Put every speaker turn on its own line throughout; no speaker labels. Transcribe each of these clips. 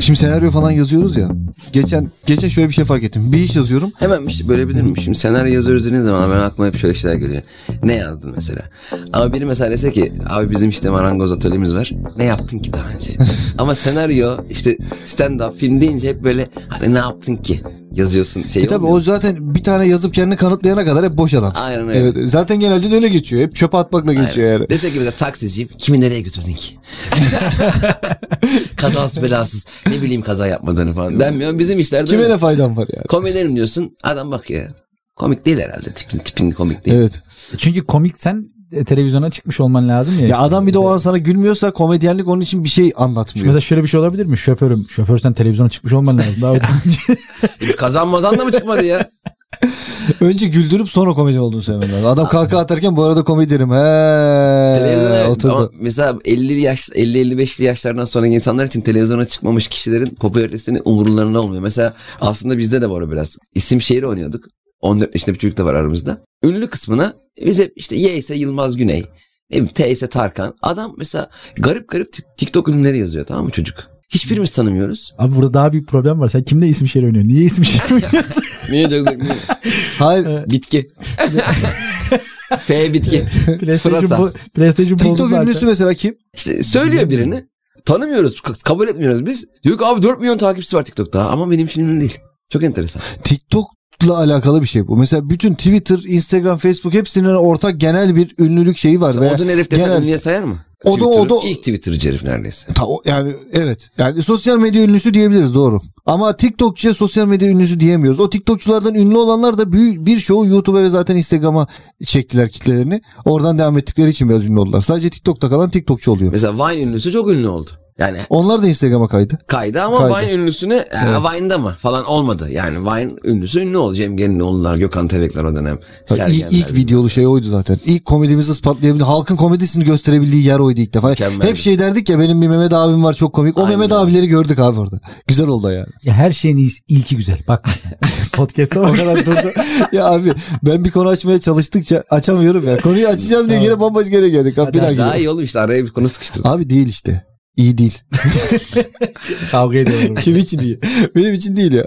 Şimdi senaryo falan yazıyoruz ya. Geçen geçen şöyle bir şey fark ettim. Bir iş yazıyorum.
Hemen bir şey bölebilir miyim? Şimdi senaryo yazıyoruz dediğin zaman ben aklıma hep şöyle şeyler geliyor. Ne yazdın mesela? Ama biri mesela dese ki abi bizim işte marangoz atölyemiz var. Ne yaptın ki daha önce? Ama senaryo işte stand up film deyince hep böyle hani ne yaptın ki? Yazıyorsun şey
E tabi
olmuyor.
o zaten bir tane yazıp kendini kanıtlayana kadar hep boş adam.
Aynen öyle.
Evet, zaten genelde de öyle geçiyor. Hep çöpe atmakla geçiyor şey yani.
Dese ki bize taksiciyim. Kimi nereye götürdün ki? Kazasız belasız. Ne bileyim kaza yapmadığını falan. Denmiyor. Bizim işlerde
Kime
öyle.
ne faydam var yani?
Komedyenim diyorsun. Adam bakıyor. Komik değil herhalde. Tipin, tipin komik değil.
Evet.
Çünkü komik sen e, televizyona çıkmış olman lazım ya.
Ya
işte.
adam bir de o an sana gülmüyorsa komedyenlik onun için bir şey anlatmıyor.
Mesela şöyle bir şey olabilir mi? Şoförüm. Şoför sen televizyona çıkmış olman lazım. Daha önce.
E, Kazan mazan da mı çıkmadı ya?
Önce güldürüp sonra komedyen olduğunu söylemen lazım. Adam kalka atarken bu arada komedyenim. He.
Televizyona
Ee, oturdu.
ama mesela 50 yaş 50 55'li yaşlardan sonra insanlar için televizyona çıkmamış kişilerin popülaritesinin umurlarında olmuyor. Mesela aslında bizde de var o biraz. İsim şehri oynuyorduk. 14 yaşında bir çocuk da var aramızda. Ünlü kısmına biz hep işte Y ise Yılmaz Güney. Ne bileyim, T ise Tarkan. Adam mesela garip garip t- TikTok ünlüleri yazıyor tamam mı çocuk? Hiçbirimiz tanımıyoruz.
Abi burada daha büyük problem var. Sen kimle isim şehri oynuyorsun? Niye isim şehri oynuyorsun?
Niye çok zevkli?
Hayır.
Bitki. F bitki.
PlayStation,
Pırasa.
bo- PlayStation bozdu
TikTok
zaten.
ünlüsü mesela kim?
İşte söylüyor birini. Tanımıyoruz. k- Kabul etmiyoruz biz. Diyor ki abi 4 milyon takipçisi var TikTok'ta. Ama benim için ünlü değil. Çok enteresan.
TikTok'la alakalı bir şey bu. Mesela bütün Twitter, Instagram, Facebook hepsinin ortak genel bir ünlülük şeyi var. Ve
Odun Elif desen
genel-
ünlüye sayar mı?
O da- o
Twitter'ın
da-
ilk Twitter'cı herif neredeyse.
Ta- o- yani evet. Yani sosyal medya ünlüsü diyebiliriz doğru. Ama TikTokçuya sosyal medya ünlüsü diyemiyoruz. O TikTokçulardan ünlü olanlar da büyük bir çoğu YouTube'a ve zaten Instagram'a çektiler kitlelerini. Oradan devam ettikleri için biraz ünlü oldular. Sadece TikTok'ta kalan TikTokçu oluyor.
Mesela Vine ünlüsü çok ünlü oldu. Yani
Onlar da Instagram'a kaydı.
kaydı ama
Kaydı.
Vine ünlüsüne "Ee, Vine'da mı falan olmadı. Yani Vine ünlüsü ünlü oldu. Cem Gelinoğlu'lar, Gökhan Tebekler o dönem.
Ha, İlk,
Sergenler.
ilk videolu şey oydu zaten. İlk komedimizi ispatlayabildi. Halkın komedisini gösterebildiği yer oydu ilk defa.
Mükemmeldi.
Hep şey derdik ya benim bir Mehmet abim var çok komik. O
Aynen
Mehmet
öyle.
abileri gördük abi orada. Güzel oldu yani.
Ya her şeyin iyisi- ilki güzel. Bakma sen. Podcast'a
O
bak.
kadar durdu. ya abi ben bir konu açmaya çalıştıkça açamıyorum ya. Konuyu açacağım diye yine bambaşka yere geldik. Abi, bir
Hadi,
dakika.
Daha iyi oğlum işte araya bir konu sıkıştırdık.
abi değil işte. İyi değil.
Kavga ediyorum.
Kim için iyi? Benim için değil ya.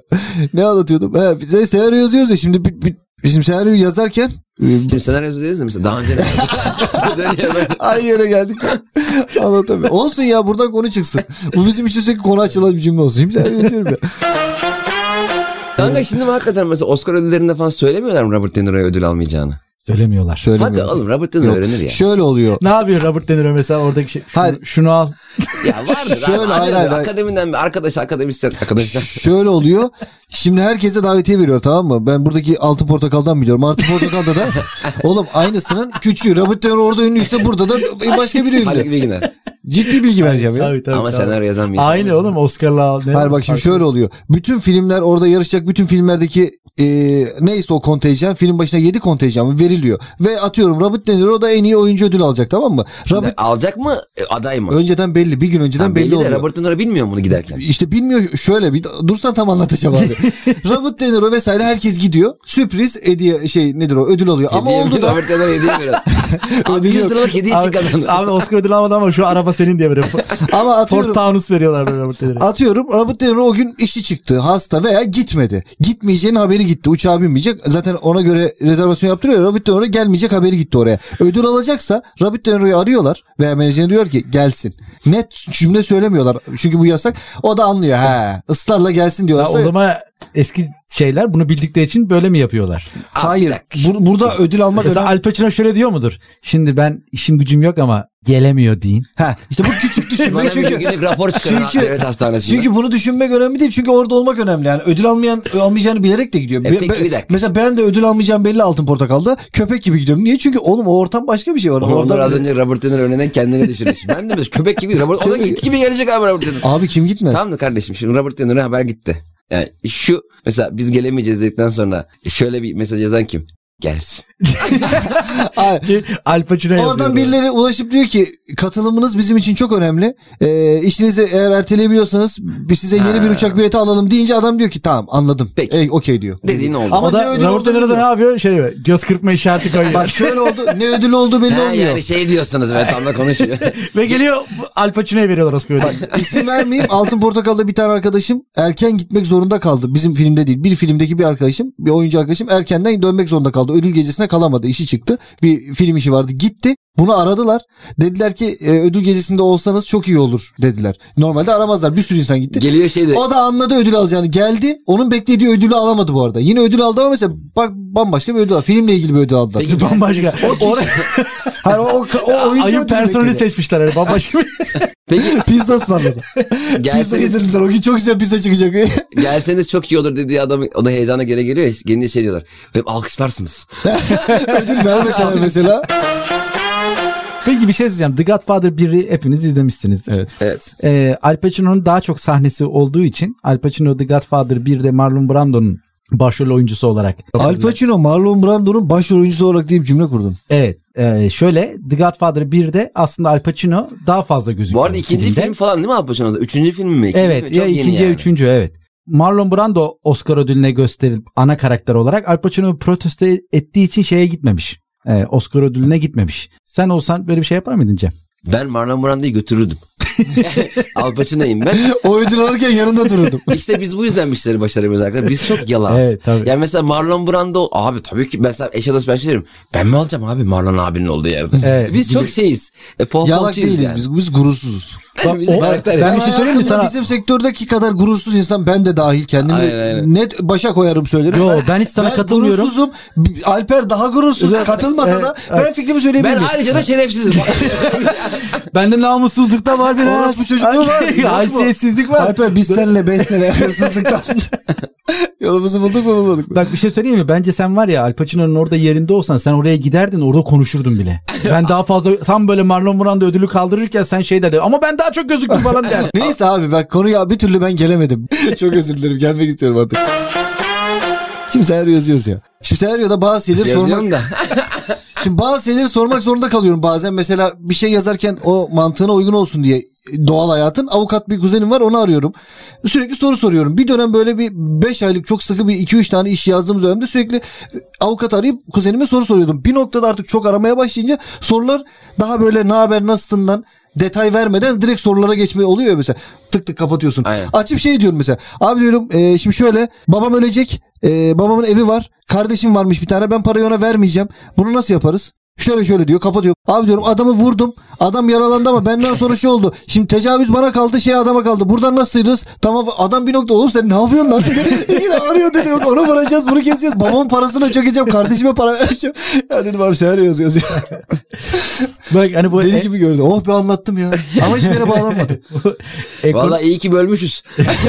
Ne anlatıyordum? He, bize senaryo yazıyoruz ya şimdi bir, bir, bizim senaryoyu yazarken e,
Şimdi senaryo yazıyoruz da mesela daha önce ne?
aynı yere geldik. Anlatamıyorum. Olsun ya buradan konu çıksın. Bu bizim için sürekli konu açılan bir cümle olsun. Şimdi senaryo yazıyorum ya.
Kanka şimdi mi hakikaten mesela Oscar ödüllerinde falan söylemiyorlar mı Robert De Niro'ya ödül almayacağını?
Söylemiyorlar.
Hadi
Söylemiyorum.
oğlum Robert De Niro
Yok.
öğrenir ya.
Şöyle oluyor.
Ne yapıyor Robert De Niro mesela oradaki şey? Şunu,
Hayır.
şunu al.
ya vardır
Şöyle,
abi.
hayır, hayır, hayır.
Akademiden bir arkadaş akademisyen akademisyen.
Şöyle oluyor. Şimdi herkese davetiye veriyor tamam mı? Ben buradaki altın portakaldan biliyorum. Altın portakalda da oğlum aynısının küçüğü. Robert De Niro orada ünlü işte burada da başka biri
Haluk
ünlü.
Bilginer.
Ciddi bilgi vereceğim ya.
Tabii, tabii,
Ama
tabii.
senaryo yazan bir insan.
Aynı oğlum Oscar'la al. Ne
Hayır
var?
bak şimdi şöyle oluyor. Bütün filmler orada yarışacak bütün filmlerdeki e, neyse o kontenjan film başına 7 kontenjan veriliyor. Ve atıyorum Robert De Niro da en iyi oyuncu ödülü alacak tamam mı? Robert
Alacak mı? E, Aday mı?
önceden belli bir gün önceden
Ha,
belli,
belli de
oluyor.
Robert De Niro bilmiyor bunu giderken.
İşte bilmiyor şöyle bir dursan tam anlatacağım abi. Robert De Niro vesaire herkes gidiyor. Sürpriz hediye şey nedir o ödül alıyor. Ama
Hediye mi?
oldu da
Robert De Niro hediye veriyor.
Ödül
600
yok.
liralık hediye için
Abi,
kazandı.
abi Oscar ödülü almadı ama şu araba senin diye böyle.
ama
Ford
atıyorum.
Taunus veriyorlar böyle Robert De Niro'ya.
Atıyorum Robert De Niro o gün işi çıktı hasta veya gitmedi. Gitmeyeceğinin haberi gitti uçağa binmeyecek. Zaten ona göre rezervasyon yaptırıyor. Robert De Niro gelmeyecek haberi gitti oraya. Ödül alacaksa Robert De Niro'yu arıyorlar veya menajerini diyor ki gelsin. Net cümle söylemiyorlar çünkü bu yasak. O da anlıyor ha ısrarla gelsin
Ya
diyorlarsa.
o zaman eski şeyler bunu bildikleri için böyle mi yapıyorlar?
Hayır bu- burada ödül almak
Mesela
önemli.
Al Pacino şöyle diyor mudur? Şimdi ben işim gücüm yok ama gelemiyor deyin.
Ha, işte bu küçük düşünme
Bana bir
çünkü.
günlük rapor çıkarın
Çünkü-
çünkü, devlet hastanesinde.
Çünkü bunu düşünmek önemli değil. Çünkü orada olmak önemli. Yani ödül almayan almayacağını bilerek de gidiyor.
E
Be-
peki,
be-
bir dakika.
Mesela ben de ödül almayacağım belli altın portakalda. Köpek gibi gidiyorum. Niye? Çünkü oğlum o ortam başka bir şey var.
Onur
Ortam-
az önce Robert De Niro önüne kendini düşürmüş. ben de mesela köpek gibi. Robert, o da
Köpek-
it gibi gelecek abi Robert De Niro.
Abi kim gitmez?
Tamam da kardeşim şimdi Robert De Niro'ya haber gitti. Yani şu mesela biz gelemeyeceğiz dedikten sonra şöyle bir mesaj yazan kim? Gelsin.
Ay,
Ki Al Pacino
Oradan
yazıyor.
birileri ulaşıp diyor ki katılımınız bizim için çok önemli. Ee, işinizi eğer erteleyebiliyorsanız biz size yeni
Ha.
bir uçak bileti alalım deyince adam diyor ki tamam anladım.
Peki.
Ey, Okey diyor.
Dediğin oldu.
Ama
O
ne
da
ödül
Robert
olduğunu
De Niro da
bilmiyor.
ne yapıyor? Şey diyor, göz kırpma
Bak
işareti koyuyor.
şöyle oldu ne ödül olduğu belli
Ha,
olmuyor.
yani şey diyorsunuz ben tam da konuşuyor.
Ve geliyor Al Pacino'ya veriyorlar Oscar'ı.
İsim vermeyeyim. Altın Portakal'da bir tane arkadaşım erken gitmek zorunda kaldı. Bizim filmde değil. Bir filmdeki bir arkadaşım, bir oyuncu arkadaşım erkenden dönmek zorunda kaldı. Ödül gecesine kalamadı. İşi çıktı. Bir film işi vardı. Gitti. Bunu aradılar. Dediler ki "E, ödül gecesinde olsanız çok iyi olur dediler. Normalde aramazlar. Bir sürü insan gitti.
Geliyor şey de
O da anladı ödül alacağını. Geldi. Onun beklediği ödülü alamadı bu arada. Yine ödül aldı ama mesela bak bambaşka bir ödül aldı. Filmle ilgili bir ödül aldılar.
Peki ben-
Bambaşka. Orada
Hayır, o, o, o oyuncu
ayın
ödülü
personeli
bekledi.
seçmişler. herhalde. Bambaşka bir
Peki
Pizza ısmarladı. Pizza
gelseniz,
yedirdiler. O gün çok güzel pizza çıkacak.
şey.
gelseniz çok iyi olur dediği adam o da heyecana geri geliyor ya. Gelince şey diyorlar. Hep alkışlarsınız.
Ödül vermeseler mesela.
Peki bir şey söyleyeceğim. The Godfather 1'i hepiniz izlemişsiniz. Evet.
Evet.
Al Pacino'nun daha çok sahnesi olduğu için Al Pacino The Godfather 1'de Marlon Brando'nun başrol oyuncusu olarak.
Al Pacino Marlon Brando'nun başrol oyuncusu olarak diye bir cümle kurdum.
Evet. e, şöyle The Godfather 1'de aslında Al Pacino daha fazla gözüküyor.
Bu arada ikinci
filmde.
film falan değil mi abi Paşa'nın? Üçüncü film mi? İkinci
Evet.
mi? Çok
Ya
yeni
ikinci ya
yani.
üçüncü evet. Marlon Brando Oscar ödülüne gösterilip ana karakter olarak Al Pacino protesto ettiği için şeye gitmemiş. E, Oscar ödülüne gitmemiş. Sen olsan böyle bir şey yapar mıydın Cem?
Ben Marlon Brando'yu götürürdüm. Al Pacino'yum ben.
O ödül alırken yanında dururdum.
İşte biz bu yüzden bu işleri başaramıyoruz arkadaşlar. Biz çok yalanız.
Evet, tabii.
Yani mesela Marlon Brando abi tabii ki mesela eşe dost ben şey derim. Ben mi alacağım abi Marlon abinin olduğu yerde?
Evet.
biz çok şeyiz. E,
Yalak
pohpohçuyuz
değiliz
yani.
biz. Biz gurursuzuz.
Bak,
Biz de
o-
karakter
ben
yani.
bir şey söyleyeyim mi
Hayatımda
sana?
Bizim sektördeki kadar gurursuz insan ben de dahil kendimi
Aynen, aynen.
net başa koyarım söylerim.
Yo ben hiç sana
ben
katılmıyorum.
gurursuzum. Alper daha gurursuz. Katılmasa da ben fikrimi
Ben
söyleyebilirim.
ayrıca da şerefsizim.
Bende namussuzluk da var biraz.
Orospu çocukluğu var. Yok mu?
Haysiyetsizlik var.
Alper biz seninle 5 sene hırsızlıktan yolumuzu bulduk mu bulmadık mı?
Bak bir şey söyleyeyim mi? Bence sen var ya Al Pacino'nun orada yerinde olsan sen oraya giderdin orada konuşurdun bile. Ben daha fazla tam böyle Marlon Brando ödülü kaldırırken sen şey dedi ama ben daha çok gözüktüm falan der.
Neyse abi bak konuya bir türlü ben gelemedim. Çok özür dilerim gelmek istiyorum artık. Şimdi senaryo yazıyoruz ya. Şimdi senaryoda bazı şeyleri sormak
Yazıyorum da.
Şimdi bazı şeyleri sormak zorunda kalıyorum bazen. Mesela bir şey yazarken o mantığına uygun olsun diye doğal hayatın avukat bir kuzenim var onu arıyorum. Sürekli soru soruyorum. Bir dönem böyle bir 5 aylık çok sıkı bir 2-3 tane iş yazdığımız dönemde sürekli avukat arayıp kuzenime soru soruyordum. Bir noktada artık çok aramaya başlayınca sorular daha böyle ne haber nasılsın lan detay vermeden direkt sorulara geçme oluyor ya mesela. Tık tık kapatıyorsun.
Aynen.
Açıp şey diyorum mesela. Abi diyorum e, şimdi şöyle babam ölecek. E, babamın evi var. Kardeşim varmış bir tane. Ben parayı ona vermeyeceğim. Bunu nasıl yaparız? Şöyle şöyle diyor kapatıyor. Abi diyorum adamı vurdum. Adam yaralandı ama benden sonra şey oldu. Şimdi tecavüz bana kaldı şey adama kaldı. Buradan nasıl sıyrılırız? Tamam adam bir nokta oğlum sen ne yapıyorsun lan? İki de arıyor dedi. Yok, onu vuracağız bunu keseceğiz. Babamın parasını çökeceğim. Kardeşime para vermeyeceğim. Ya dedim abi senaryo yazıyoruz ya.
Bak hani bu
Deli gibi gördü. Oh be anlattım ya. Ama hiçbir yere bağlanmadı.
e- ekon-
Valla iyi ki bölmüşüz.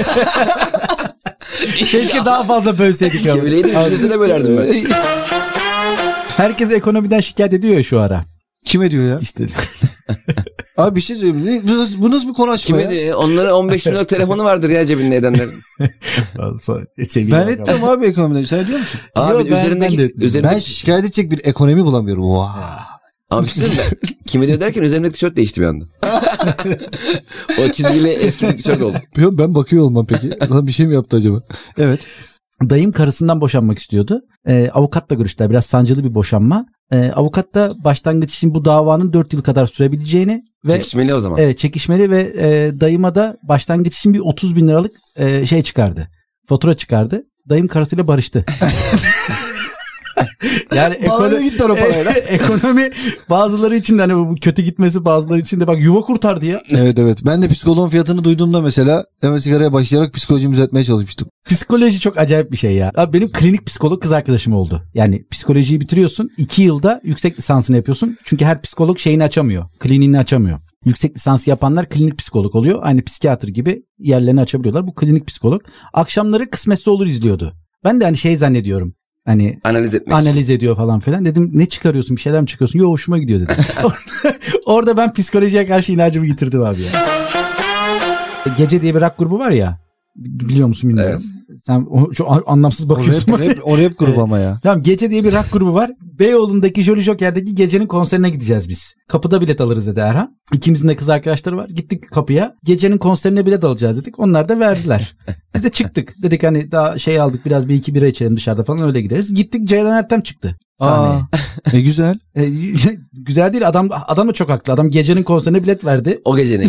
keşke daha fazla bölseydik ama.
Yemineydim üçümüzüne bölerdim ben.
Herkes ekonomiden şikayet ediyor ya şu ara.
Kime diyor ya?
İşte
Abi bir şey söyleyeyim. Bu nasıl, bu nasıl bir konu açma
Kime
ya?
diyor? Onlara 15 milyon telefonu vardır ya cebinde edenler.
Sonra seviye
Ben
yok ama.
ettim abi ekonomiden. Sen ediyor musun?
Abi
Yok, ben-
üzerindeki...
ben de-
üzerindeki
Ben şikayet edecek bir ekonomi bulamıyorum. Wow.
Abi bir şey söyleyeyim mi? Kime diyor derken üzerimdeki tişört değişti bir anda. o çizgili eski tişört oldu.
Ben, ben bakıyor olmam peki. Lan bir şey mi yaptı acaba? Evet.
Dayım karısından boşanmak istiyordu. Ee, avukatla görüştüler. Biraz sancılı bir boşanma. Ee, avukat da başlangıç için bu davanın 4 yıl kadar sürebileceğini ve
Çekişmeli o zaman.
Evet çekişmeli ve e, dayıma da başlangıç için bir 30 bin liralık e, şey çıkardı. Fatura çıkardı. Dayım karısıyla barıştı. yani
Bağlarına
ekonomi,
gitti o parayla.
ekonomi bazıları için de hani bu kötü gitmesi bazıları için de bak yuva kurtardı ya.
evet evet. Ben de psikoloğun fiyatını duyduğumda mesela hemen sigaraya başlayarak psikolojimi düzeltmeye çalışmıştım.
Psikoloji çok acayip bir şey ya. Abi benim klinik psikolog kız arkadaşım oldu. Yani psikolojiyi bitiriyorsun. iki yılda yüksek lisansını yapıyorsun. Çünkü her psikolog şeyini açamıyor. Kliniğini açamıyor. Yüksek lisansı yapanlar klinik psikolog oluyor. Aynı psikiyatr gibi yerlerini açabiliyorlar. Bu klinik psikolog. Akşamları kısmetse olur izliyordu. Ben de hani şey zannediyorum. Hani
Analiz etmek için.
analiz ediyor falan filan. Dedim ne çıkarıyorsun bir şeyler mi çıkıyorsun? Yo hoşuma gidiyor dedim. Orada ben psikolojiye karşı inancımı yitirdim abi ya. Gece diye bir rock grubu var ya. Biliyor musun bilmiyorum. Sen o, şu an- anlamsız
O rap,
bakıyorsun.
rap, o rap grubu ama ya.
Tamam Gece diye bir rock grubu var. Beyoğlu'ndaki Jolly Joker'deki gecenin konserine gideceğiz biz. Kapıda bilet alırız dedi Erhan. İkimizin de kız arkadaşları var. Gittik kapıya. Gecenin konserine bilet alacağız dedik. Onlar da verdiler. Biz de çıktık. Dedik hani daha şey aldık biraz bir iki bira içelim dışarıda falan öyle gideriz. Gittik Ceylan Ertem çıktı sahneye.
Aa, ne güzel.
E, güzel değil adam adam da çok haklı. Adam gecenin konserine bilet verdi.
O gece ne?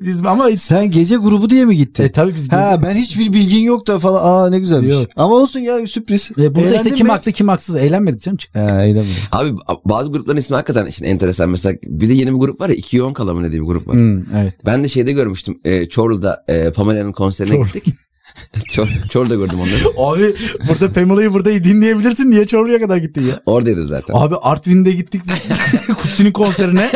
biz ama hiç...
Sen gece grubu diye mi gittin?
E, tabii biz
Ha ben hiçbir bilgin yok da falan. Aa ne güzelmiş.
Yok.
Ama olsun ya sürpriz.
E, burada işte
Eğlendin
kim
mi?
haklı kim haksız eğlenmedik canım.
He eğlenmedim.
Abi bazı grupların ismi hakikaten işte enteresan. Mesela bir de yeni bir grup var ya 2 yoğun kalamı diye bir grup var.
Hmm, evet.
Ben de şeyde görmüştüm. E, Çorlu'da e, Pamela'nın konserine
Çorlu.
gittik. Çor- Çorlu'da gördüm onları.
Abi burada Pamela'yı burada dinleyebilirsin. Niye Çorlu'ya kadar gittin ya?
Oradaydım zaten.
Abi Artvin'de gittik biz Kutsi'nin konserine.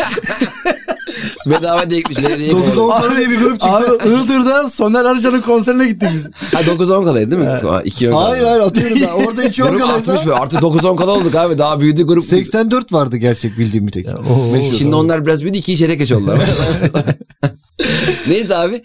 Bedava diye gitmiş. Nereye
9-10 kala diye bir grup çıktı.
Abi Iğdır'da Soner Arıcan'ın konserine gittik biz.
Ha 9-10 kalaydı değil mi? Ha, 2 yoğun
Hayır hayır atıyorum ben. Orada hiç yok
Grup 60
kalaysa.
böyle. Artık 9-10 kala olduk abi. Daha büyüdü grup.
84 vardı gerçek bildiğim bir tek.
oo.
Meşhur.
Şimdi onlar biraz büyüdü. 2 içeri geç oldular. Neyse abi.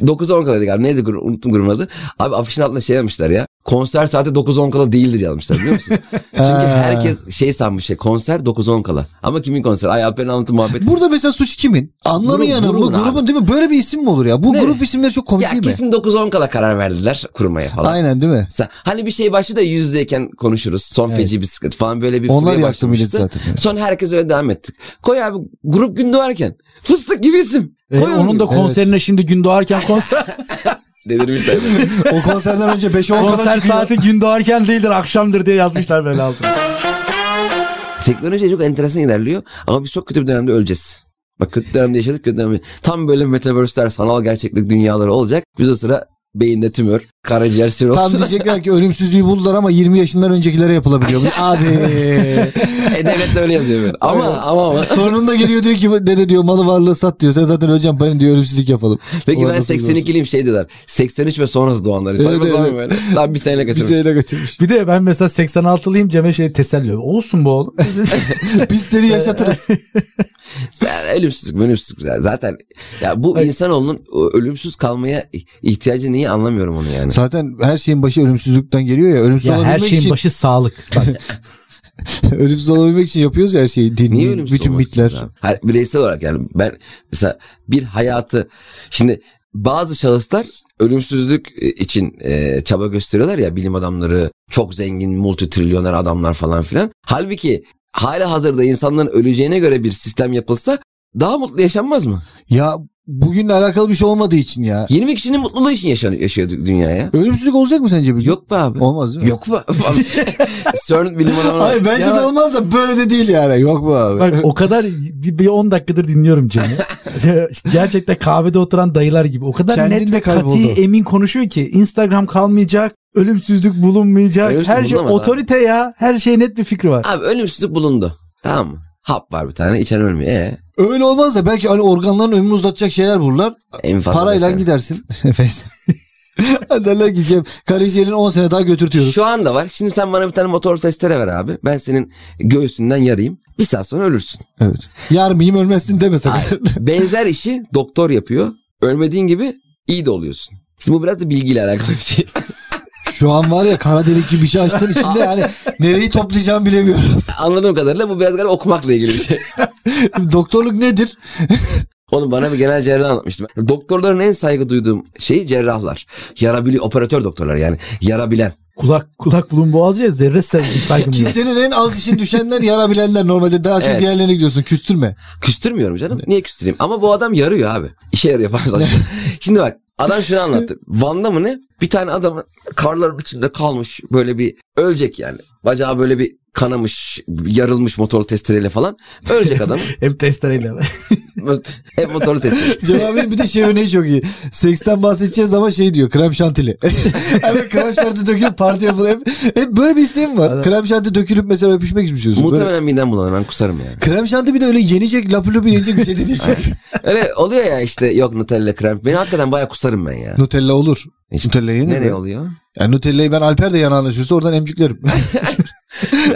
e, 9-10 kalaydı abi. Neydi grup? Unuttum grubun adı. Abi afişin altına şey yazmışlar ya. Konser saati 9-10 kala değildir yazmışlar biliyor musun? Çünkü herkes şey sanmış ya. Konser 9-10 kala. Ama kimin konseri? Ay Alper'in anlattığı muhabbet.
Burada mesela suç kimin? Anlamayanın
Grup-
bu
grubun abi.
grubun değil mi? Böyle bir isim mi olur ya? Bu
Ne?
grup isimleri çok komik
ya
değil mi?
kesin 9-10 kala karar verdiler kurmaya falan.
Aynen değil mi?
Sa- Hani bir şey başladı da yüzdeyken konuşuruz. Son feci bir sıkıntı falan böyle bir
Onlar
furya
yaktı millet
başlamıştı.
zaten.
Son herkes öyle devam ettik. Koy abi grup günde varken fıstık gibi isim.
Ee,
E,
Koy
onun da konserine şimdi gün doğarken konser,
Delirmişler.
o konserden önce 5-10 kala
konser
çıkıyor.
saati gün doğarken değildir akşamdır diye yazmışlar böyle altına.
Teknoloji çok enteresan ilerliyor ama biz çok kötü bir dönemde öleceğiz. Bak kötü dönemde yaşadık kötü dönemde. Tam böyle metaverse'ler sanal gerçeklik dünyaları olacak. Biz o sıra beyinde tümör, karaciğer siroz.
Tam diyecekler ki ölümsüzlüğü buldular ama 20 yaşından öncekilere yapılabiliyor. Hadi.
e, devlet de öyle yazıyor böyle. Ama
Aynen.
ama ama.
Torunum da geliyor diyor ki dede diyor malı varlığı sat diyor. Sen zaten öleceksin benim diyor ölümsüzlük yapalım.
Peki ben
Orada da
82'liyim şey diyorlar. 83 ve sonrası doğanları.
Evet,
Saçma sapan
evet.
böyle. Tam bir seneyle
Biz
kaçırmış.
ele kaçırmış.
Bir de ben mesela 86'lıyım Cem'e şey teselli ediyorum. Olsun bu oğlum.
Biz seni yaşatırız.
Yani ölümsüzlük ölümsüzlük güzel. zaten ya bu insanoğlunun ölümsüz kalmaya ihtiyacı niye anlamıyorum onu yani.
Zaten her şeyin başı ölümsüzlükten geliyor ya. Ölümsüz
ya her
olabilmek
şeyin
için
başı sağlık.
ölümsüz olabilmek için yapıyoruz ya her şeyi. Din,
Niye ölümsüz
bütün
olmak
mitler.
istiyorsun abi? Hayır, bireysel olarak yani ben mesela bir hayatı şimdi bazı şahıslar ölümsüzlük için e, çaba gösteriyorlar ya bilim adamları çok zengin multi trilyoner adamlar falan filan. Halbuki hala hazırda insanların öleceğine göre bir sistem yapılsa daha mutlu yaşanmaz mı?
Ya bugünle alakalı bir şey olmadığı için ya.
20 kişinin mutluluğu için yaşanıyor, yaşıyor dünyaya.
Ölümsüzlük olacak mı sence bir gün?
Yok be abi.
Olmaz değil mi?
Yok mu? CERN bilim adamı.
Hayır bence
Ya-
de olmaz da böyle de değil yani. Yok mu abi?
Bak o kadar bir, bir 10 dakikadır dinliyorum Cem'i. Gerçekten kahvede oturan dayılar gibi. O kadar
Kendin
net
de
ve kati
kayboldu.
emin konuşuyor ki Instagram kalmayacak, ölümsüzlük bulunmayacak.
Ölümsüz
her şey
bulunamaz abi.
otorite ya. Her şey net bir fikri var.
Abi ölümsüzlük bulundu. Tamam mı? Hap var bir tane içen ölmüyor. Ee,
Öyle olmaz da belki hani organların ömrünü uzatacak şeyler bulurlar.
en fazla
Parayla
mesela.
gidersin. Nefes. Derler gideceğim. Karaciğerini 10 sene daha götürtüyoruz.
Şu anda var. Şimdi sen bana bir tane motor testere ver abi. Ben senin göğsünden yarayım. Bir saat sonra ölürsün.
Evet. Yar mıyım ölmezsin deme sakın.
Benzer işi doktor yapıyor. Ölmediğin gibi iyi de oluyorsun. Şimdi bu biraz da bilgiyle alakalı bir şey.
Şu an var ya kara delik gibi bir şey açtın içinde yani nereyi toplayacağımı bilemiyorum.
Anladığım kadarıyla bu biraz galiba okumakla ilgili bir şey.
Doktorluk nedir?
Oğlum bana bir genel cerrah anlatmıştı. Doktorların en saygı duyduğum şey cerrahlar. Yara bili- operatör doktorlar yani. Yara bilen.
Kulak kulak bulun boğazcıya zerre saygı- saygım
Ki
yok.
senin en az işin düşenler yarabilenler normalde daha çok
Evet.
diğerlerine gidiyorsun küstürme.
Küstürmüyorum canım. Niye küstüreyim? Ama bu adam yarıyor abi. İşe yarıyor falan. Şimdi bak adam şunu anlattı. Van'da mı ne? Bir tane adam karların içinde kalmış böyle bir ölecek yani. Bacağı böyle bir kanamış, yarılmış motorlu testereyle falan. Ölecek adam.
Hep testereyle.
Hep motorlu testere.
Cevabın bir de şey örneği çok iyi. Seksten bahsedeceğiz ama şey diyor krem şantili. Hemen krem şanti dökülüp parti yapılıyor. Hep, hep böyle bir isteğim var.
Adam-
Krem şanti dökülüp mesela öpüşmek istiyorsun. Böyle-
Muhtemelen midem bulanır ben kusarım yani.
Krem şanti bir de öyle yenecek lapı lapı yenecek bir şey de diyecek.
Öyle oluyor ya işte yok Nutella krem. Beni hakikaten bayağı kusarım ben ya.
Nutella olur.
İşte
Nutella yenir
Nereye
mi?
oluyor?
Yani Nutella'yı ben Alper de yanağına sürse oradan emcüklerim.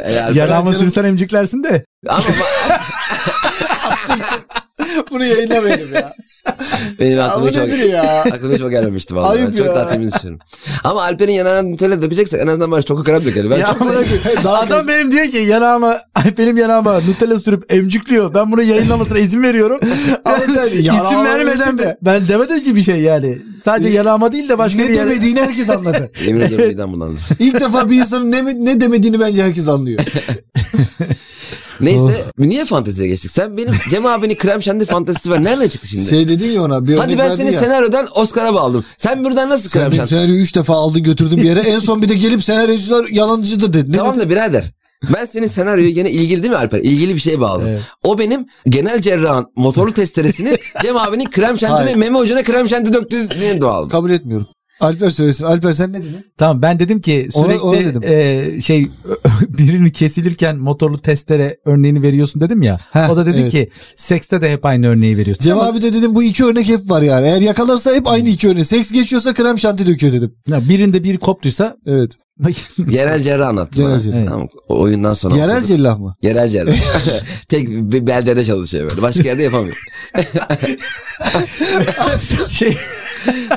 Helal.
Yanağıma
canım.
sürsen emciklersin de.
Ama
Bunu yayınlamayalım ya.
Benim
ya bu
aklıma hiç, o-
nedir ya?
aklıma hiç o gelmemişti vallahi.
Ayıp
çok
ya.
daha temiz düşünüyorum. Ama Alper'in yanağına Nutella dökeceksek en azından bari çok krem dökelim. Ben
ya
çok-
bırak. Daha
Adam benim diyor ki yanağıma ay benim yanağıma Nutella sürüp emcikliyor. Ben bunu yayınlamasına izin veriyorum.
Ama sen yanağıma
İsim vermeden
verirsin de.
ben demedim ki bir şey yani. Sadece yanağıma değil de başka
ne
bir yere.
demediğini herkes anladı.
Yemin ediyorum midem bulandı.
İlk defa bir insanın ne, ne demediğini bence herkes anlıyor.
Neyse
Oh.
niye fanteziye geçtik? Sen benim Cem abinin krem şanti fantezisi var. Nereden çıktı şimdi?
Şey dedin ya ona. Bir
Hadi
örnek
ben
verdin
seni
ya.
senaryodan Oscar'a bağladım. Sen buradan nasıl
Sen
krem
benim
şanti?
senaryoyu 3 defa aldın götürdün bir yere. En son bir de gelip senaryocular yalancıdır dedin. Ne
Tamam
dedin?
da birader. Ben senin senaryoyu yine ilgili değil mi Alper? İlgili bir şeye bağladım.
Evet.
O benim genel cerrahın motorlu testeresini Cem abinin krem şantine
Hayır.
meme ucuna krem şanti döktüğüne doğaldım.
Kabul etmiyorum. Alper söylesin. Alper sen ne dedin?
Tamam ben dedim ki
Ona-
sürekli
ona dedim.
e, şey birini kesilirken motorlu testere örneğini veriyorsun dedim ya.
Heh,
o da dedi
evet.
ki sekste de hep aynı örneği veriyorsun.
Cem
Ama-
abi de dedim bu iki örnek hep var yani. Eğer yakalarsa hep aynı iki örnek. Seks geçiyorsa krem şanti döküyor dedim.
Ya birinde bir koptuysa
Evet.
Genel cerrah anlattı
Genel
bana.
cerrah.
Evet.
Tamam, o oyundan sonra.
Yerel
anladım.
cellah mı?
Yerel cerrah. Tek bir beldede çalışıyor böyle. Başka yerde yapamıyor.
şey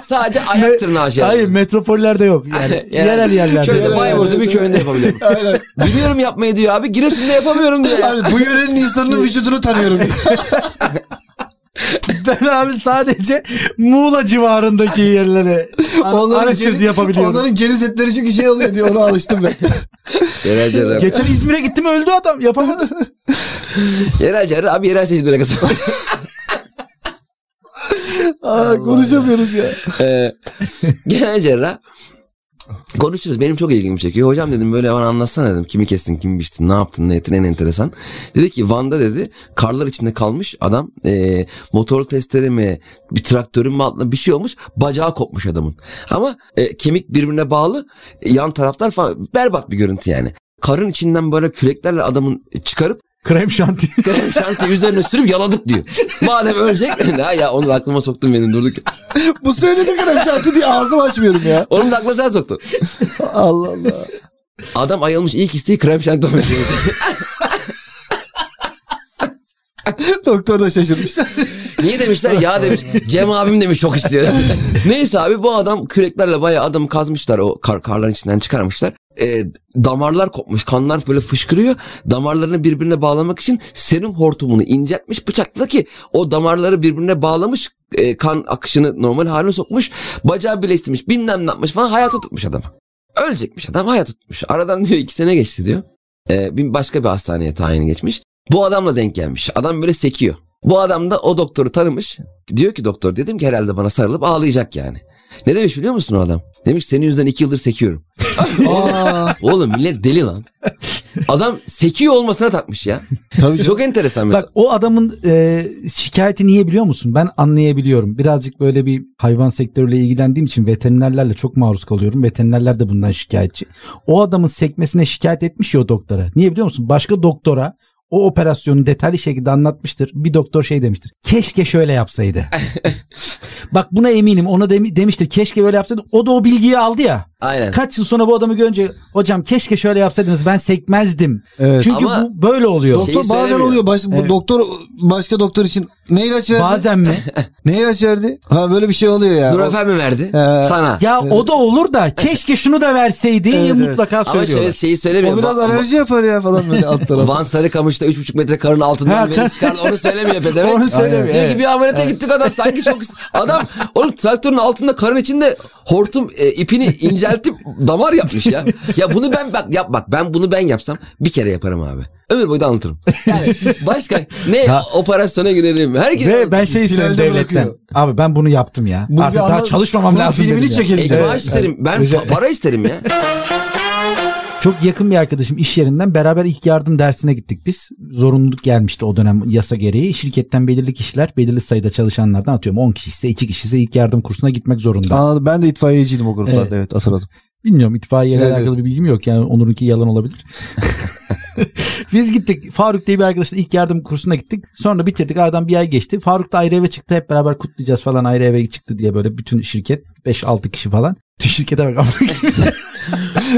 Sadece ayak tırnağı şey.
hayır metropollerde yok. Yani
Yani
yerel yerlerde.
Şöyle
Yerel
Bayburt'un bir
yerlerde.
köyünde yapabiliyorum.
Aynen.
Biliyorum yapmayı diyor abi. Giresun'da yapamıyorum diyor. ya.
Yani bu yörenin insanının vücudunu tanıyorum.
Ben abi sadece Muğla civarındaki yerlere an- anestezi
geri-
yapabiliyorum.
Onların geri setleri çünkü şey oluyor diye ona alıştım ben.
Yerel cerrah.
Geçen İzmir'e gittim öldü adam yapamadı.
Yerel cerrah abi yerel seçimlere katılıyor.
Aa, konuşamıyoruz ya.
Ee, genel cerrah. Konuşuruz. Benim çok ilgimi çekiyor. Hocam dedim böyle bana anlatsana dedim. Kimi kestin, kimi biçtin, ne yaptın, ne ettin en enteresan. Dedi ki Van'da dedi karlar içinde kalmış adam. E, motorlu testere mi, bir traktörün mü altında bir şey olmuş. Bacağı kopmuş adamın. Ama e, kemik birbirine bağlı. e, Yan taraflar falan berbat bir görüntü yani. Karın içinden böyle küreklerle adamın çıkarıp
Krem şanti.
krem şanti üzerine sürüp yaladık diyor. Madem ölecek. ha ya onu aklıma soktun benim durduk.
Bu söyledi krem şanti diye ağzımı açmıyorum ya.
Onu da aklına sen soktun.
Allah Allah.
Adam ayılmış ilk isteği krem şanti olması.
Doktor da şaşırmış.
Niye demişler? Ya demiş. Cem abim demiş çok istiyor. Neyse abi bu adam küreklerle bayağı adamı kazmışlar. O kar, karların içinden çıkarmışlar. Ee, damarlar kopmuş. Kanlar böyle fışkırıyor. Damarlarını birbirine bağlamak için serum hortumunu inceltmiş bıçakla ki o damarları birbirine bağlamış. e, kan akışını normal haline sokmuş. Bacağı birleştirmiş. Bilmem ne yapmış falan. Hayata tutmuş adamı. Ölecekmiş adam hayata tutmuş. Aradan diyor iki sene geçti diyor. Ee, bir başka bir hastaneye tayin geçmiş. Bu adamla denk gelmiş. Adam böyle sekiyor. Bu adam da o doktoru tanımış. Diyor ki doktor dedim ki herhalde bana sarılıp ağlayacak yani. Ne demiş biliyor musun o adam? Demiş senin yüzünden iki yıldır sekiyorum.
Aa,
Oğlum millet deli lan. Adam sekiyor olmasına takmış ya.
tabii canım.
Çok enteresan mesela.
Bak o adamın e, şikayeti niye biliyor musun? Ben anlayabiliyorum. Birazcık böyle bir hayvan sektörüyle ilgilendiğim için veterinerlerle çok maruz kalıyorum. Veterinerler de bundan şikayetçi. O adamın sekmesine şikayet etmiş ya o doktora. Niye biliyor musun? Başka doktora o operasyonu detaylı şekilde anlatmıştır. Bir doktor şey demiştir. Keşke şöyle yapsaydı. Bak buna eminim. Ona demi- demiştir. Keşke böyle yapsaydı. O da o bilgiyi aldı ya.
Aynen.
Kaç yıl sonra bu adamı görünce hocam keşke şöyle yapsaydınız ben sekmezdim.
Evet.
Çünkü
Ama-
bu böyle oluyor.
Şeyi
Doktor bazen
söylemiyor.
oluyor. Baş, bu
Evet.
Doktor başka doktor için ne ilaç verdi?
Bazen mi?
Ne ilaç verdi? Ha böyle bir şey oluyor ya. O-
Nurafer mi verdi?
Ee,
Sana.
Ya o da olur da keşke şunu da verseydi
Evet, evet.
mutlaka
Ama şöyle
söylüyorlar.
şeyi
O
söylemiyor.
biraz
Va-
alerji yapar ya falan böyle alt
Va-
tarafa.
Van Sarıkamış'ta 3,5 metre karın altından
Ha,
beni
kar-
çıkardı. Onu söylemiyor pezevenk.
Onu söylemiyor,
Diyor
evet.
ki bir ameliyata gittik adam. Sanki çok... Adam oğlum traktörün altında karın içinde hortum e, ipini inceltip damar yapmış ya. Ya bunu ben bak yap bak. Ben bunu ben yapsam bir kere yaparım abi. Ömür boyu da anlatırım. Yani başka ne
Ha.
operasyona girelim. Herkes
Ve ben şey isterim
Finalde
devletten.
bırakıyor.
Abi ben bunu yaptım ya.
Bu bir
Artık daha
anla-
çalışmamam
Bunun
lazım.
filmini
dedim ya.
çekelim.
Ek
Evet,
maaş isterim. Ben pa- para isterim ya.
Çok yakın bir arkadaşım iş yerinden beraber ilk yardım dersine gittik biz. Zorunluluk gelmişti o dönem yasa gereği. Şirketten belirli kişiler belirli sayıda çalışanlardan atıyorum 10 kişi ise 2 kişi ise ilk yardım kursuna gitmek zorunda.
Anladım. Ben de itfaiyeciydim o gruplarda evet, hatırladım.
Bilmiyorum itfaiyeyle
Evet,
alakalı bir bilgim yok yani Onur'unki yalan olabilir. Biz gittik Faruk diye bir arkadaşla ilk yardım kursuna gittik. Sonra bitirdik aradan bir ay geçti. Faruk da ayrı eve çıktı hep beraber kutlayacağız falan ayrı eve çıktı diye böyle bütün şirket 5-6 kişi falan. Bütün şirkete bak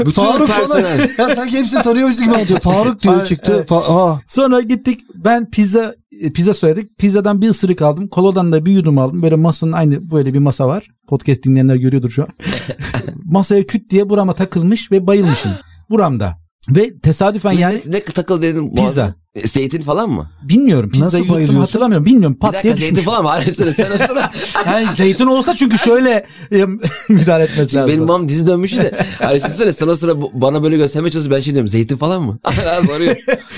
Bütün
Faruk falan.
personel.
ya sanki hepsini tanıyormuş gibi anlatıyor. Faruk diyor
Faruk,
çıktı.
evet.
Fa- ha.
Sonra gittik ben pizza e, e, pizza söyledik. Pizzadan bir ısırık aldım. Koladan da bir yudum aldım. Böyle masanın aynı böyle bir masa var. Podcast dinleyenler görüyordur şu an. Masaya küt diye burama takılmış ve bayılmışım. Buramda. Ve tesadüfen yani
Yani, ne, ne takıl dedim? boğazına?
Pizza.
E, Zeytin falan mı?
bilmiyorum
Nasıl
pizzayı yuttum
bayılıyorsun?
hatırlamıyorum. Bilmiyorum
Bir
pat diye
dakika zeytin
düşmüş.
falan mı? Hayır sen sen o sıra.
Yani zeytin olsa çünkü şöyle e, müdahale etmesi
Şimdi
lazım.
benim babam dizi dönmüş de. Hayır sen sen o sıra bu- bana böyle göstermeye çalışıyor. Ben şey diyorum zeytin falan mı? Abi arıyor.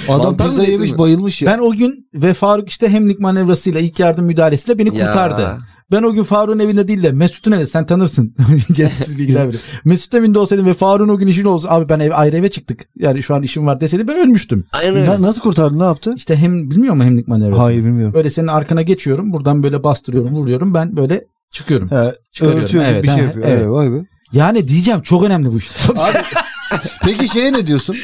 Adam
Mantar mı
pizza
zeytin
yemiş
mi?
bayılmış ya.
Ben o gün ve Faruk işte hemlik manevrasıyla ilk yardım müdahalesiyle beni
Ya.
kurtardı. Ben o gün Faruk'un evinde değil de Mesut'un evinde sen tanırsın. Gereksiz bilgiler bile. Mesut'un evinde olsaydım ve Faruk'un o gün işin olsa abi ben ev, ayrı eve çıktık. Yani şu an işim var deseydi ben ölmüştüm.
Aynen öyle.
Na- nasıl kurtardın ne yaptı?
İşte hem bilmiyor mu hemlik manevrası?
Hayır bilmiyorum.
Böyle senin arkana geçiyorum. Buradan böyle bastırıyorum, vuruyorum. Ben böyle çıkıyorum.
He,
Çıkarıyorum,
örtüyor gibi
evet,
bir şey
ha,
yapıyor.
evet.
Evet, vay be.
Yani diyeceğim çok önemli bu işte.
Peki şeye ne diyorsun?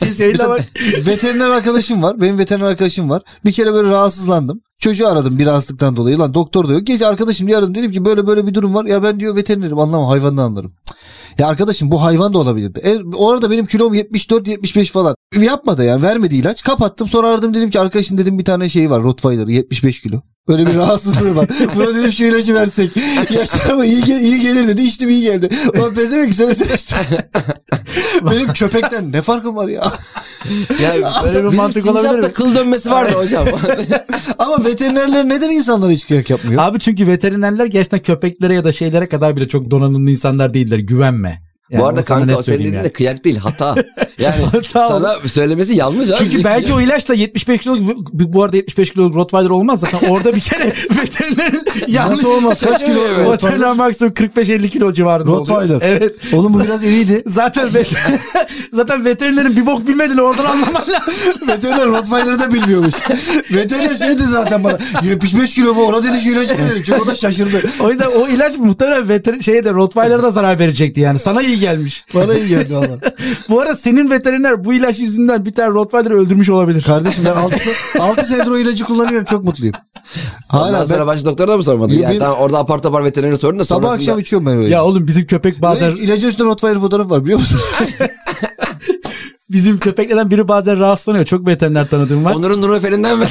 Mesela veteriner arkadaşım var. Benim veteriner arkadaşım var. Bir kere böyle rahatsızlandım. Çocuğu aradım bir rahatsızlıktan dolayı. Lan doktor da yok. Gece arkadaşım diye aradım. Dedim ki böyle böyle bir durum var. Ya ben diyor veterinerim anlamam hayvandan anlarım. Cık. Ya arkadaşım bu hayvan da olabilirdi. E, orada benim kilom 74-75 falan. Yapmadı yani vermedi ilaç. Kapattım sonra aradım dedim ki arkadaşın dedim bir tane şeyi var. Rottweiler 75 kilo. Böyle bir rahatsızlığı var. Buna dedim şu ilacı versek. Yaşar mı? iyi, gel- iyi gelir dedi. İçtim iyi geldi. Ulan pezevenk söylesene işte. benim köpekten ne farkım var ya?
Ya,
Böyle bir
bizim
mantık olabilir
sincapta
mi?
kıl dönmesi vardı hocam.
Ama veterinerler neden insanlara hiç kıyak yapmıyor?
Abi çünkü veterinerler gerçekten köpeklere ya da şeylere kadar bile çok donanımlı insanlar değiller. Güvenme. Yani
Bu
onu
arada
sana
kanka
net
o senin
söyleyeyim
dediğin
yani.
de kıyak değil hata. Yani
Hata
sana söylemesi yanlış abi.
Çünkü belki o ilaç da 75 kilo bu arada 75 kilo Rottweiler olmaz zaten orada bir kere veterinerin yanlış
Nasıl olmaz? Kaç kilo?
Şaşırıyor, evet.
Rottweiler.
veteriner maksimum 45-50 kilo civarında oluyor.
Rottweiler.
Evet.
Oğlum bu biraz iriydi.
Zaten veter- zaten veterinerin bir bok bilmediğini oradan anlaman lazım.
Veteriner Rottweiler'ı da bilmiyormuş. Veteriner şeydi zaten bana. 75 kilo bu ona dedi şu ilacı verelim. Çünkü o da şaşırdı.
O yüzden o ilaç muhtemelen veter- şeye de Rottweiler'a da zarar verecekti yani. Sana iyi gelmiş.
Bana iyi geldi valla.
Bu arada senin veteriner bu ilaç yüzünden bir tane Rottweiler'ı öldürmüş olabilir.
Kardeşim ben 6, 6 senedir o ilacı kullanıyorum. Çok mutluyum.
Hala
Hala ben
sonra başka doktora da mı sormadın?
Ya
Yani
benim-
tamam, orada apar topar veterineri sordun da
sabah
sonrasında-
akşam içiyorum ben öyle.
Ya oğlum bizim köpek bazen
İlacın üstünde Rottweiler fotoğrafı var biliyor musun?
bizim köpeklerden biri bazen rahatsızlanıyor. Çok veteriner tanıdığım var.
Onur'un Nur Efe'linden mi?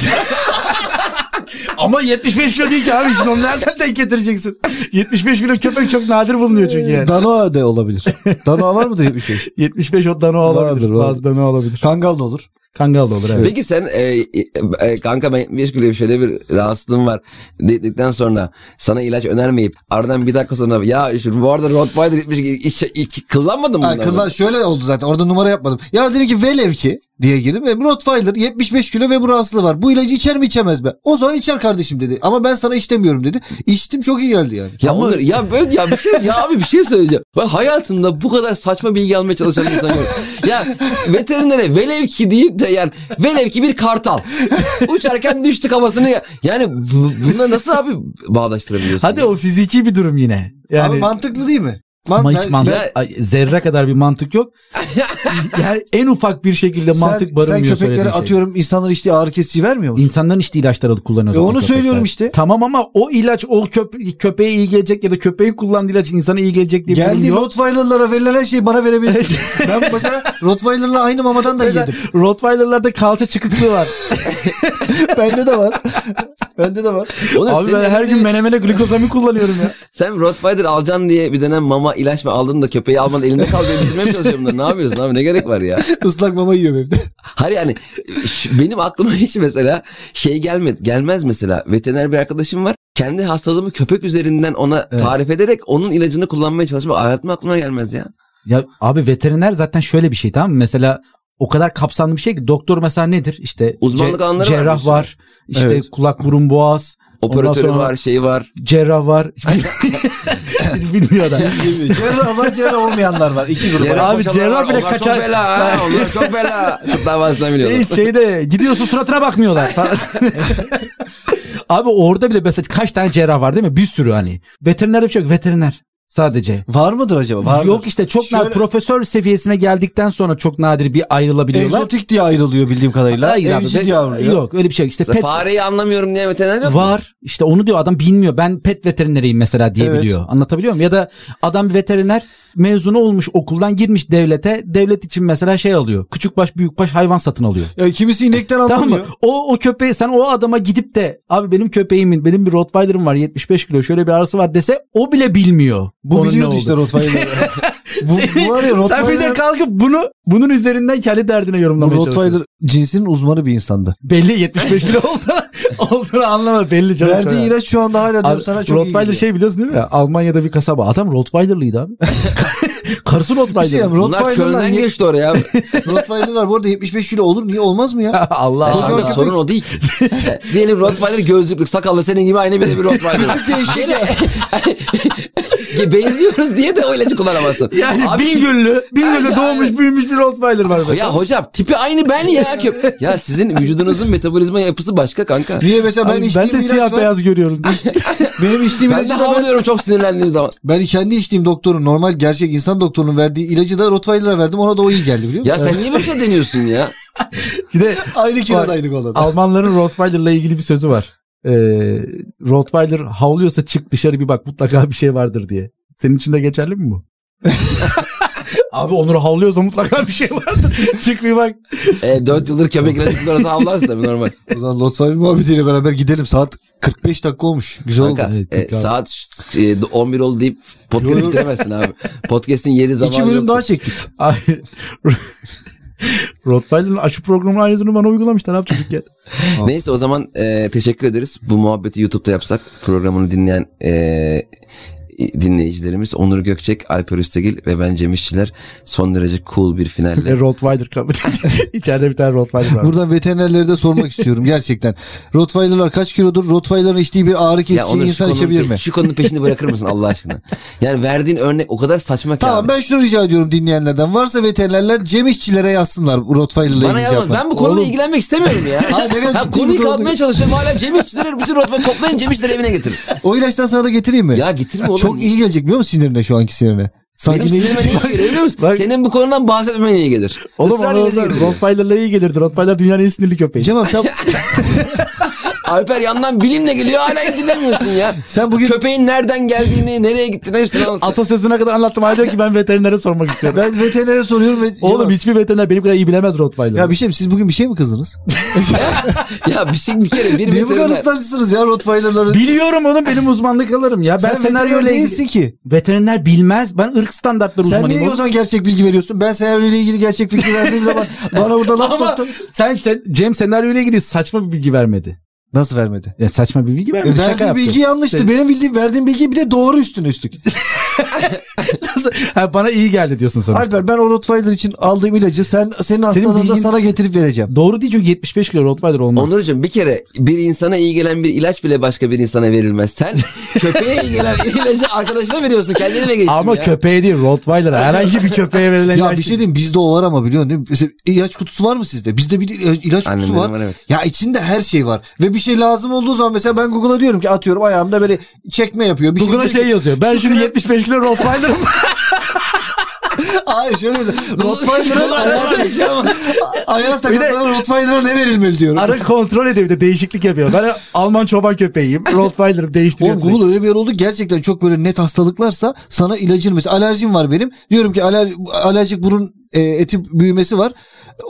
Ama 75 kilo değil ki abi. Şimdi onu nereden denk getireceksin? 75 kilo köpek çok nadir bulunuyor çünkü yani.
Danoa da olabilir. Danoa var mıdır 75?
75 o dana
Vardır,
olabilir.
vardır.
Bazı dana olabilir.
Kangal da olur.
Kangal da olur evet.
Peki sen e, e, e, kanka ben bir kilo şöyle bir rahatsızlığım var dedikten sonra sana ilaç önermeyip ardından bir dakika sonra ya şu, bu arada Rottweiler gitmiş iç, iç, kullanmadın mı
Ha,
bunları?
kızlar şöyle oldu zaten orada numara yapmadım. Ya dedim ki velev ki diye girdim. E, Rottweiler 75 kilo ve bu rahatsızlığı var. Bu ilacı içer mi içemez mi? O zaman içer kardeşim dedi. Ama ben sana içtemiyorum dedi. İçtim çok iyi geldi yani.
Ya Onur ya böyle ya bir şey ya abi bir şey söyleyeceğim. Ben hayatımda bu kadar saçma bilgi almaya çalışan bir insan yok. Ya veterinere velev ki deyip de yani velev ki bir kartal. Uçarken düştü kafasını ya. Yani bu, bununla nasıl abi bağdaştırabiliyorsun?
Hadi o fiziki bir durum yine.
Ama
Yani
mantıklı değil mi? Man-
ama hiç
ben-
mantık,
ben-
Ay, zerre kadar bir mantık yok. yani en ufak bir şekilde
ben-
mantık
sen, sen
barınmıyor
köpeklere
söylediğin şey.
atıyorum insanlar işte ağrı kesici vermiyor musun?
İnsanların işte ilaçları
E
kullanıyor. zaten
onu
köpekler.
söylüyorum işte.
Tamam ama o ilaç o köp- köpeğe iyi gelecek ya da köpeği kullandığı ilaç insana iyi gelecek diye bir durum
Geldi
yok.
Rottweiler'lara verilen her şeyi bana verebilirsin. ben mesela Rottweiler'la aynı mamadan da yedim.
Rottweiler'larda kalça çıkıklığı var.
Bende de var. Bende de var.
Onur,
Abi
senin
ben her
elinde
gün
bir-
menemene glikozamin kullanıyorum ya.
Sen Rottweiler alacaksın diye bir dönem mama ilaç mı aldın da köpeği alman elinde kaldı diye bitirmeye mi çalışıyorsun bunları? Ne yapıyorsun abi ne gerek var ya?
Islak mama yiyorum evde.
Hayır yani ş- benim aklıma hiç mesela şey gelmedi. Gelmez mesela veteriner bir arkadaşım var. Kendi hastalığımı köpek üzerinden ona
Evet.
tarif ederek onun ilacını kullanmaya çalışmak hayatım aklıma gelmez ya.
Ya abi veteriner zaten şöyle bir şey tamam mı? Mesela o kadar kapsamlı bir şey ki doktor mesela nedir? İşte
Uzmanlık
ce-
alanları var
cerrah var.
diyorsun.
işte
Evet.
kulak burun boğaz.
Operatörü
Ondan sonra-
var, şeyi var.
Cerrah var. Bilmiyor da.
cerrah var cerrah olmayanlar var. İki grup var.
Cerrah
Abi
koşanlar
cerrah
var.
bile
Onlar
kaçar-
çok bela ha. Onlar çok bela. Tıp davasına
E,
biliyorlar.
şeyde gidiyorsun suratına bakmıyorlar. falan. Abi orada bile mesela kaç tane cerrah var değil mi? Bir sürü hani. Veterinerde bir şey yok. Veteriner. Sadece.
Var mıdır acaba? Vardır.
Yok işte çok nadir
Şöyle-
profesör seviyesine geldikten sonra çok nadir bir ayrılabiliyorlar.
Egzotik diye ayrılıyor bildiğim kadarıyla.
Hayır abi,
Evcil
be-
yavruyor.
Yok öyle bir şey yok. İşte
Mesela
pet
fareyi anlamıyorum diye veteriner yok mu?
var. İşte onu diyor adam bilmiyor. Ben pet veterineriyim mesela diyebiliyor. Anlatabiliyor muyum? Ya da adam bir veteriner mezunu olmuş okuldan girmiş devlete. Devlet için mesela şey alıyor. Küçük baş büyük baş hayvan satın alıyor.
Ya kimisi inekten
Tamam
anlamıyor.
mı? O o köpeği sen o adama gidip de abi benim köpeğimin benim bir Rottweiler'ım var 75 kilo şöyle bir arası var dese o bile bilmiyor.
Bu
onun ne
biliyordu
olduğunu.
işte Rottweiler'ı. bu, bu var ya
Sen bir de
Rottweiler,
kalkıp bunu bunun üzerinden kendi derdine
bu
yorumlamaya çalışıyorsun.
Rottweiler cinsinin uzmanı bir insandı.
Belli 75 kilo oldu. olduğunu anlama belli canım.
Verdiği ilaç şu anda hala diyorum
Abi,
sana çok iyi
Rottweiler
geliyor.
şey biliyorsun değil mi? Almanya'da bir kasaba. Adam Rottweiler'lıydı abi. Karısı
Bir şey
Rottweiler.
diyeyim,
Bunlar
Rottweiler'lar
Köln'den
ye-
geçti oraya abi.
şey-
Rottweiler'lar bu arada 75 kilo olur niye olmaz mı ya?
Allah
Tamam
Kocaman
da
köpek.
Allah.
sorun o değil. Diyelim Rottweiler gözlüklü sakallı senin gibi aynı biri bir Rottweiler.
Küçük bir eşek ya.
Gene- Benziyoruz diye de o ilacı kullanamazsın.
Yani
Abi,
Bingöllü, Bingöl'de
Aynen,
doğmuş
aynen.
büyümüş bir Rottweiler var.
Ya hocam tipi aynı ben ya. Köp- ya sizin vücudunuzun metabolizma yapısı başka kanka.
Niye mesela ben
Abi
içtiğim
de
ilaç
siyah
var.
beyaz görüyorum.
Benim içtiğim
Ben de
ilacı da ben,
havlıyorum çok sinirlendiğim zaman.
ben kendi içtiğim doktorun normal gerçek insan doktorunun verdiği ilacı da Rottweiler'a verdim ona da o iyi geldi biliyor musun?
Ya sen niye böyle deniyorsun ya?
bir de
Aynı kiradaydık ona da.
Almanların Rottweiler'la ilgili bir sözü var. Ee, Rottweiler havlıyorsa çık dışarı bir bak mutlaka bir şey vardır diye. Senin için de geçerli mi bu? Abi Onur havlıyorsa mutlaka bir şey vardır. çık bir bak.
E, 4 yıldır köpek ilacı kullanırsa havlarsın tabii normal.
O zaman Rottweiler muhabbetiyle beraber gidelim saat 45 dakika olmuş. Güzel oldu.
Kanka
Evet,
e,
abi.
saat e, 11 oldu deyip
Yo,
podcast
yo.
bitiremezsin abi. Podcast'in yeri zamanı
İki bölüm
yoktur.
daha çektik.
Ay, Rottweiler'ın aşı programının aynısını bana uygulamışlar abi çocukken.
Neyse o zaman e, teşekkür ederiz. Bu muhabbeti YouTube'da yapsak programını dinleyen e, dinleyicilerimiz Onur Gökçek, Alper Üstegil ve ben Cem İşçiler son derece cool bir
Ve
şey
finalle.
E, Rottweiler kabul İçeride bir tane Rottweiler var.
Buradan veterinerlere de sormak istiyorum gerçekten. Rottweiler'lar kaç kilodur? Rottweiler'ın içtiği bir ağrı kesici
Onur, şu
insan
konunun
içebilir
pe-
mi?
Şu konunun peşini bırakır mısın Allah aşkına? Yani verdiğin örnek o kadar saçma ki.
Tamam
abi.
ben şunu rica ediyorum dinleyenlerden. Varsa veterinerler Cem işçilere yazsınlar Rottweiler'la
Bana
ilgili şey
yazma.
cevaplar.
Ben bu konuyla ilgilenmek istemiyorum ya.
Hayır, evet,
ben
ciddi
konuyu
bir konu.
kapatmaya çalışıyorum. Hala Cem İşçileri bütün rotbayı toplayın Cem İşçileri evine getirin.
O ilaçtan sana da getireyim mi?
Ya getirme oğlum.
Çok iyi gelecek biliyor musun sinirine şu anki sinirine?
Benim
Sanki ne-
sinirime ne iyi gelir biliyor musun?
Bak-
Senin bu konudan bahsetmen iyi gelir.
Oğlum
Israr
ona o
ilacı
zaman
getiriyor.
Rottweiler'la iyi gelirdi. Rottweiler dünyanın en sinirli köpeği.
Cem abi sen,
Alper yandan bilimle geliyor hala dinlemiyorsun ya.
sen bugün
Köpeğin nereden geldiğini, nereye gittiğini hepsini anlat.
Atasözüne kadar anlattım. Hala diyor ki ben veterinere sormak istiyorum.
ben veterinere soruyorum ve
Oğlum
Cem-
hiçbir veteriner benim kadar iyi bilemez Rottweiler'ı.
ya bir şey mi? Siz bugün bir şey mi kızdınız?
ya bir şey bir kere bir
Niye bu kadar
veteriner.
ısrarcısınız ya Rottweiler'ları?
Biliyorum onu benim uzmanlık alırım ya. Ben
Sen
senaryo
veteriner değilsin ki.
Veteriner bilmez. Ben ırk standartları
Sen
uzmanıyım.
niye o
oğlum.
zaman gerçek bilgi veriyorsun? Ben senaryoyla ilgili gerçek bilgi verdiğim zaman bana burada laf
Ama
soktun.
sen, sen Cem senaryoyla ilgili saçma bir bilgi vermedi.
Nasıl vermedi?
Ya saçma bir bilgi
E,
vermedi. Şaka
verdiği
yaptı. Şey-
bilgi yanlıştı.
Sen-
Benim bildiğim verdiğim bilgi bir de doğru üstüne üstlük.
ha, bana iyi geldi diyorsun sana.
Alper ben o Rottweiler için aldığım ilacı sen senin hastalığında
bilgin-
sana getirip vereceğim.
Doğru değil çünkü 75 kilo Rottweiler olmaz.
Onurcuğum bir kere bir insana iyi gelen bir ilaç bile başka bir insana verilmez. Sen köpeğe iyi gelen ilacı arkadaşına veriyorsun. Kendine mi geçtin
Ama
ya?
köpeğe değil Rottweiler'a. Herhangi bir köpeğe
Ya
verilen ilaç
bir şey
değil.
diyeyim bizde o var ama biliyorsun değil mi? Mesela ilaç kutusu var mı sizde? Bizde bir ila- ilaç kutusu
Annemlerin
var.
var, evet.
Ya içinde her şey var. Ve bir şey lazım olduğu zaman mesela ben Google'a diyorum ki atıyorum ayağımda böyle çekme yapıyor. Bir
Google'a şey
şey...
yazıyor. Ben şimdi 75 kilo Rottweiler'ım.
Hayır şöyle yazıyor. Rottweiler'ın
Rottweiler'ın
ayağı-
ayağı- ayağı-
ayağı sakatlanan Rottweiler'a ne verilmeli diyorum.
Ara kontrol ediyor bir de değişiklik yapıyor. Ben Alman çoban köpeğiyim. Rottweiler'ım değiştiriyor.
Oğlum Google öyle bir yer oldu ki gerçekten çok böyle net hastalıklarsa sana ilacın mesela alerjim var benim. Diyorum ki aler, alerjik burun e, eti büyümesi var.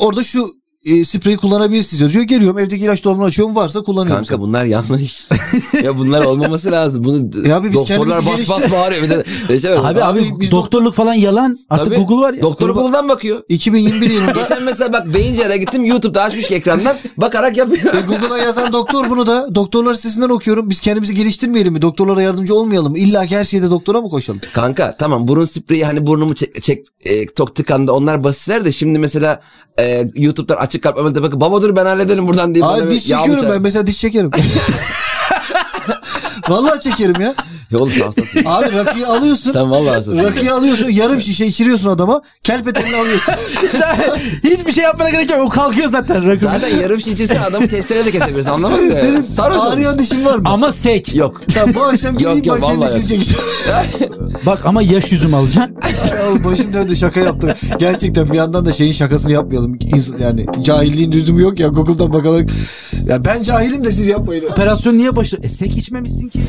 Orada şu e, spreyi kullanabilirsiniz yazıyor. Geliyorum evdeki ilaç dolabını açıyorum varsa kullanıyorum.
Kanka bunlar yanlış. ya bunlar olmaması lazım. Bunu
Ya abi biz
doktorlar bas
kendimizi
bas bağırıyor. Bir de reçel veriyor.
Abi abi,
Abi biz
doktorluk falan yalan. Artık
Tabii.
Google var ya.
Doktor
Kurban-
Google'dan bakıyor.
2021 yılında
Geçen mesela bak Beyincer'e gittim YouTube'da açmış ki ekrandan bakarak yapıyor.
e, Google'a yazan doktor bunu da doktorlar sitesinden okuyorum. Biz kendimizi geliştirmeyelim mi? Doktorlara yardımcı olmayalım mı? İlla ki her şeyde doktora mı koşalım?
Kanka tamam burun spreyi hani burnumu çek, çek e, tok tıkandı onlar basitler de şimdi mesela e, YouTube'dan açık kalp Ömer'de bakın baba dur ben hallederim buradan diye. bana
Ay
bir
diş
yağ
çekiyorum
bıçağı-
ben mesela diş çekerim. Vallahi çekerim ya.
Ya oğlum sen hastasın.
Abi rakıyı alıyorsun.
sen vallahi hastasın.
Rakıyı alıyorsun yarım şişe içiriyorsun adama. Kelpetenini alıyorsun.
Hiçbir şey yapmana gerek yok. O kalkıyor zaten rakı.
Zaten yarım şişe içirsen adamı testere de kesebilirsin anlamadın mı?
Senin
Sarhoş olur.
ağrıyan dişin var mı?
Ama sek.
Yok.
Tamam bu akşam geleyim
Yok, yok,
bak senin
vallahi.
dişini çekeceğim.
Bak ama yaş yüzüm alacaksın.
Ya başım döndü şaka yaptım. Gerçekten bir yandan da şeyin şakasını yapmayalım. İns- Yani cahilliğin düzümü yok ya Google'dan bakarak. Ya ben cahilim de siz yapmayın.
Operasyon niye başladı? E sek içmemişsin ki.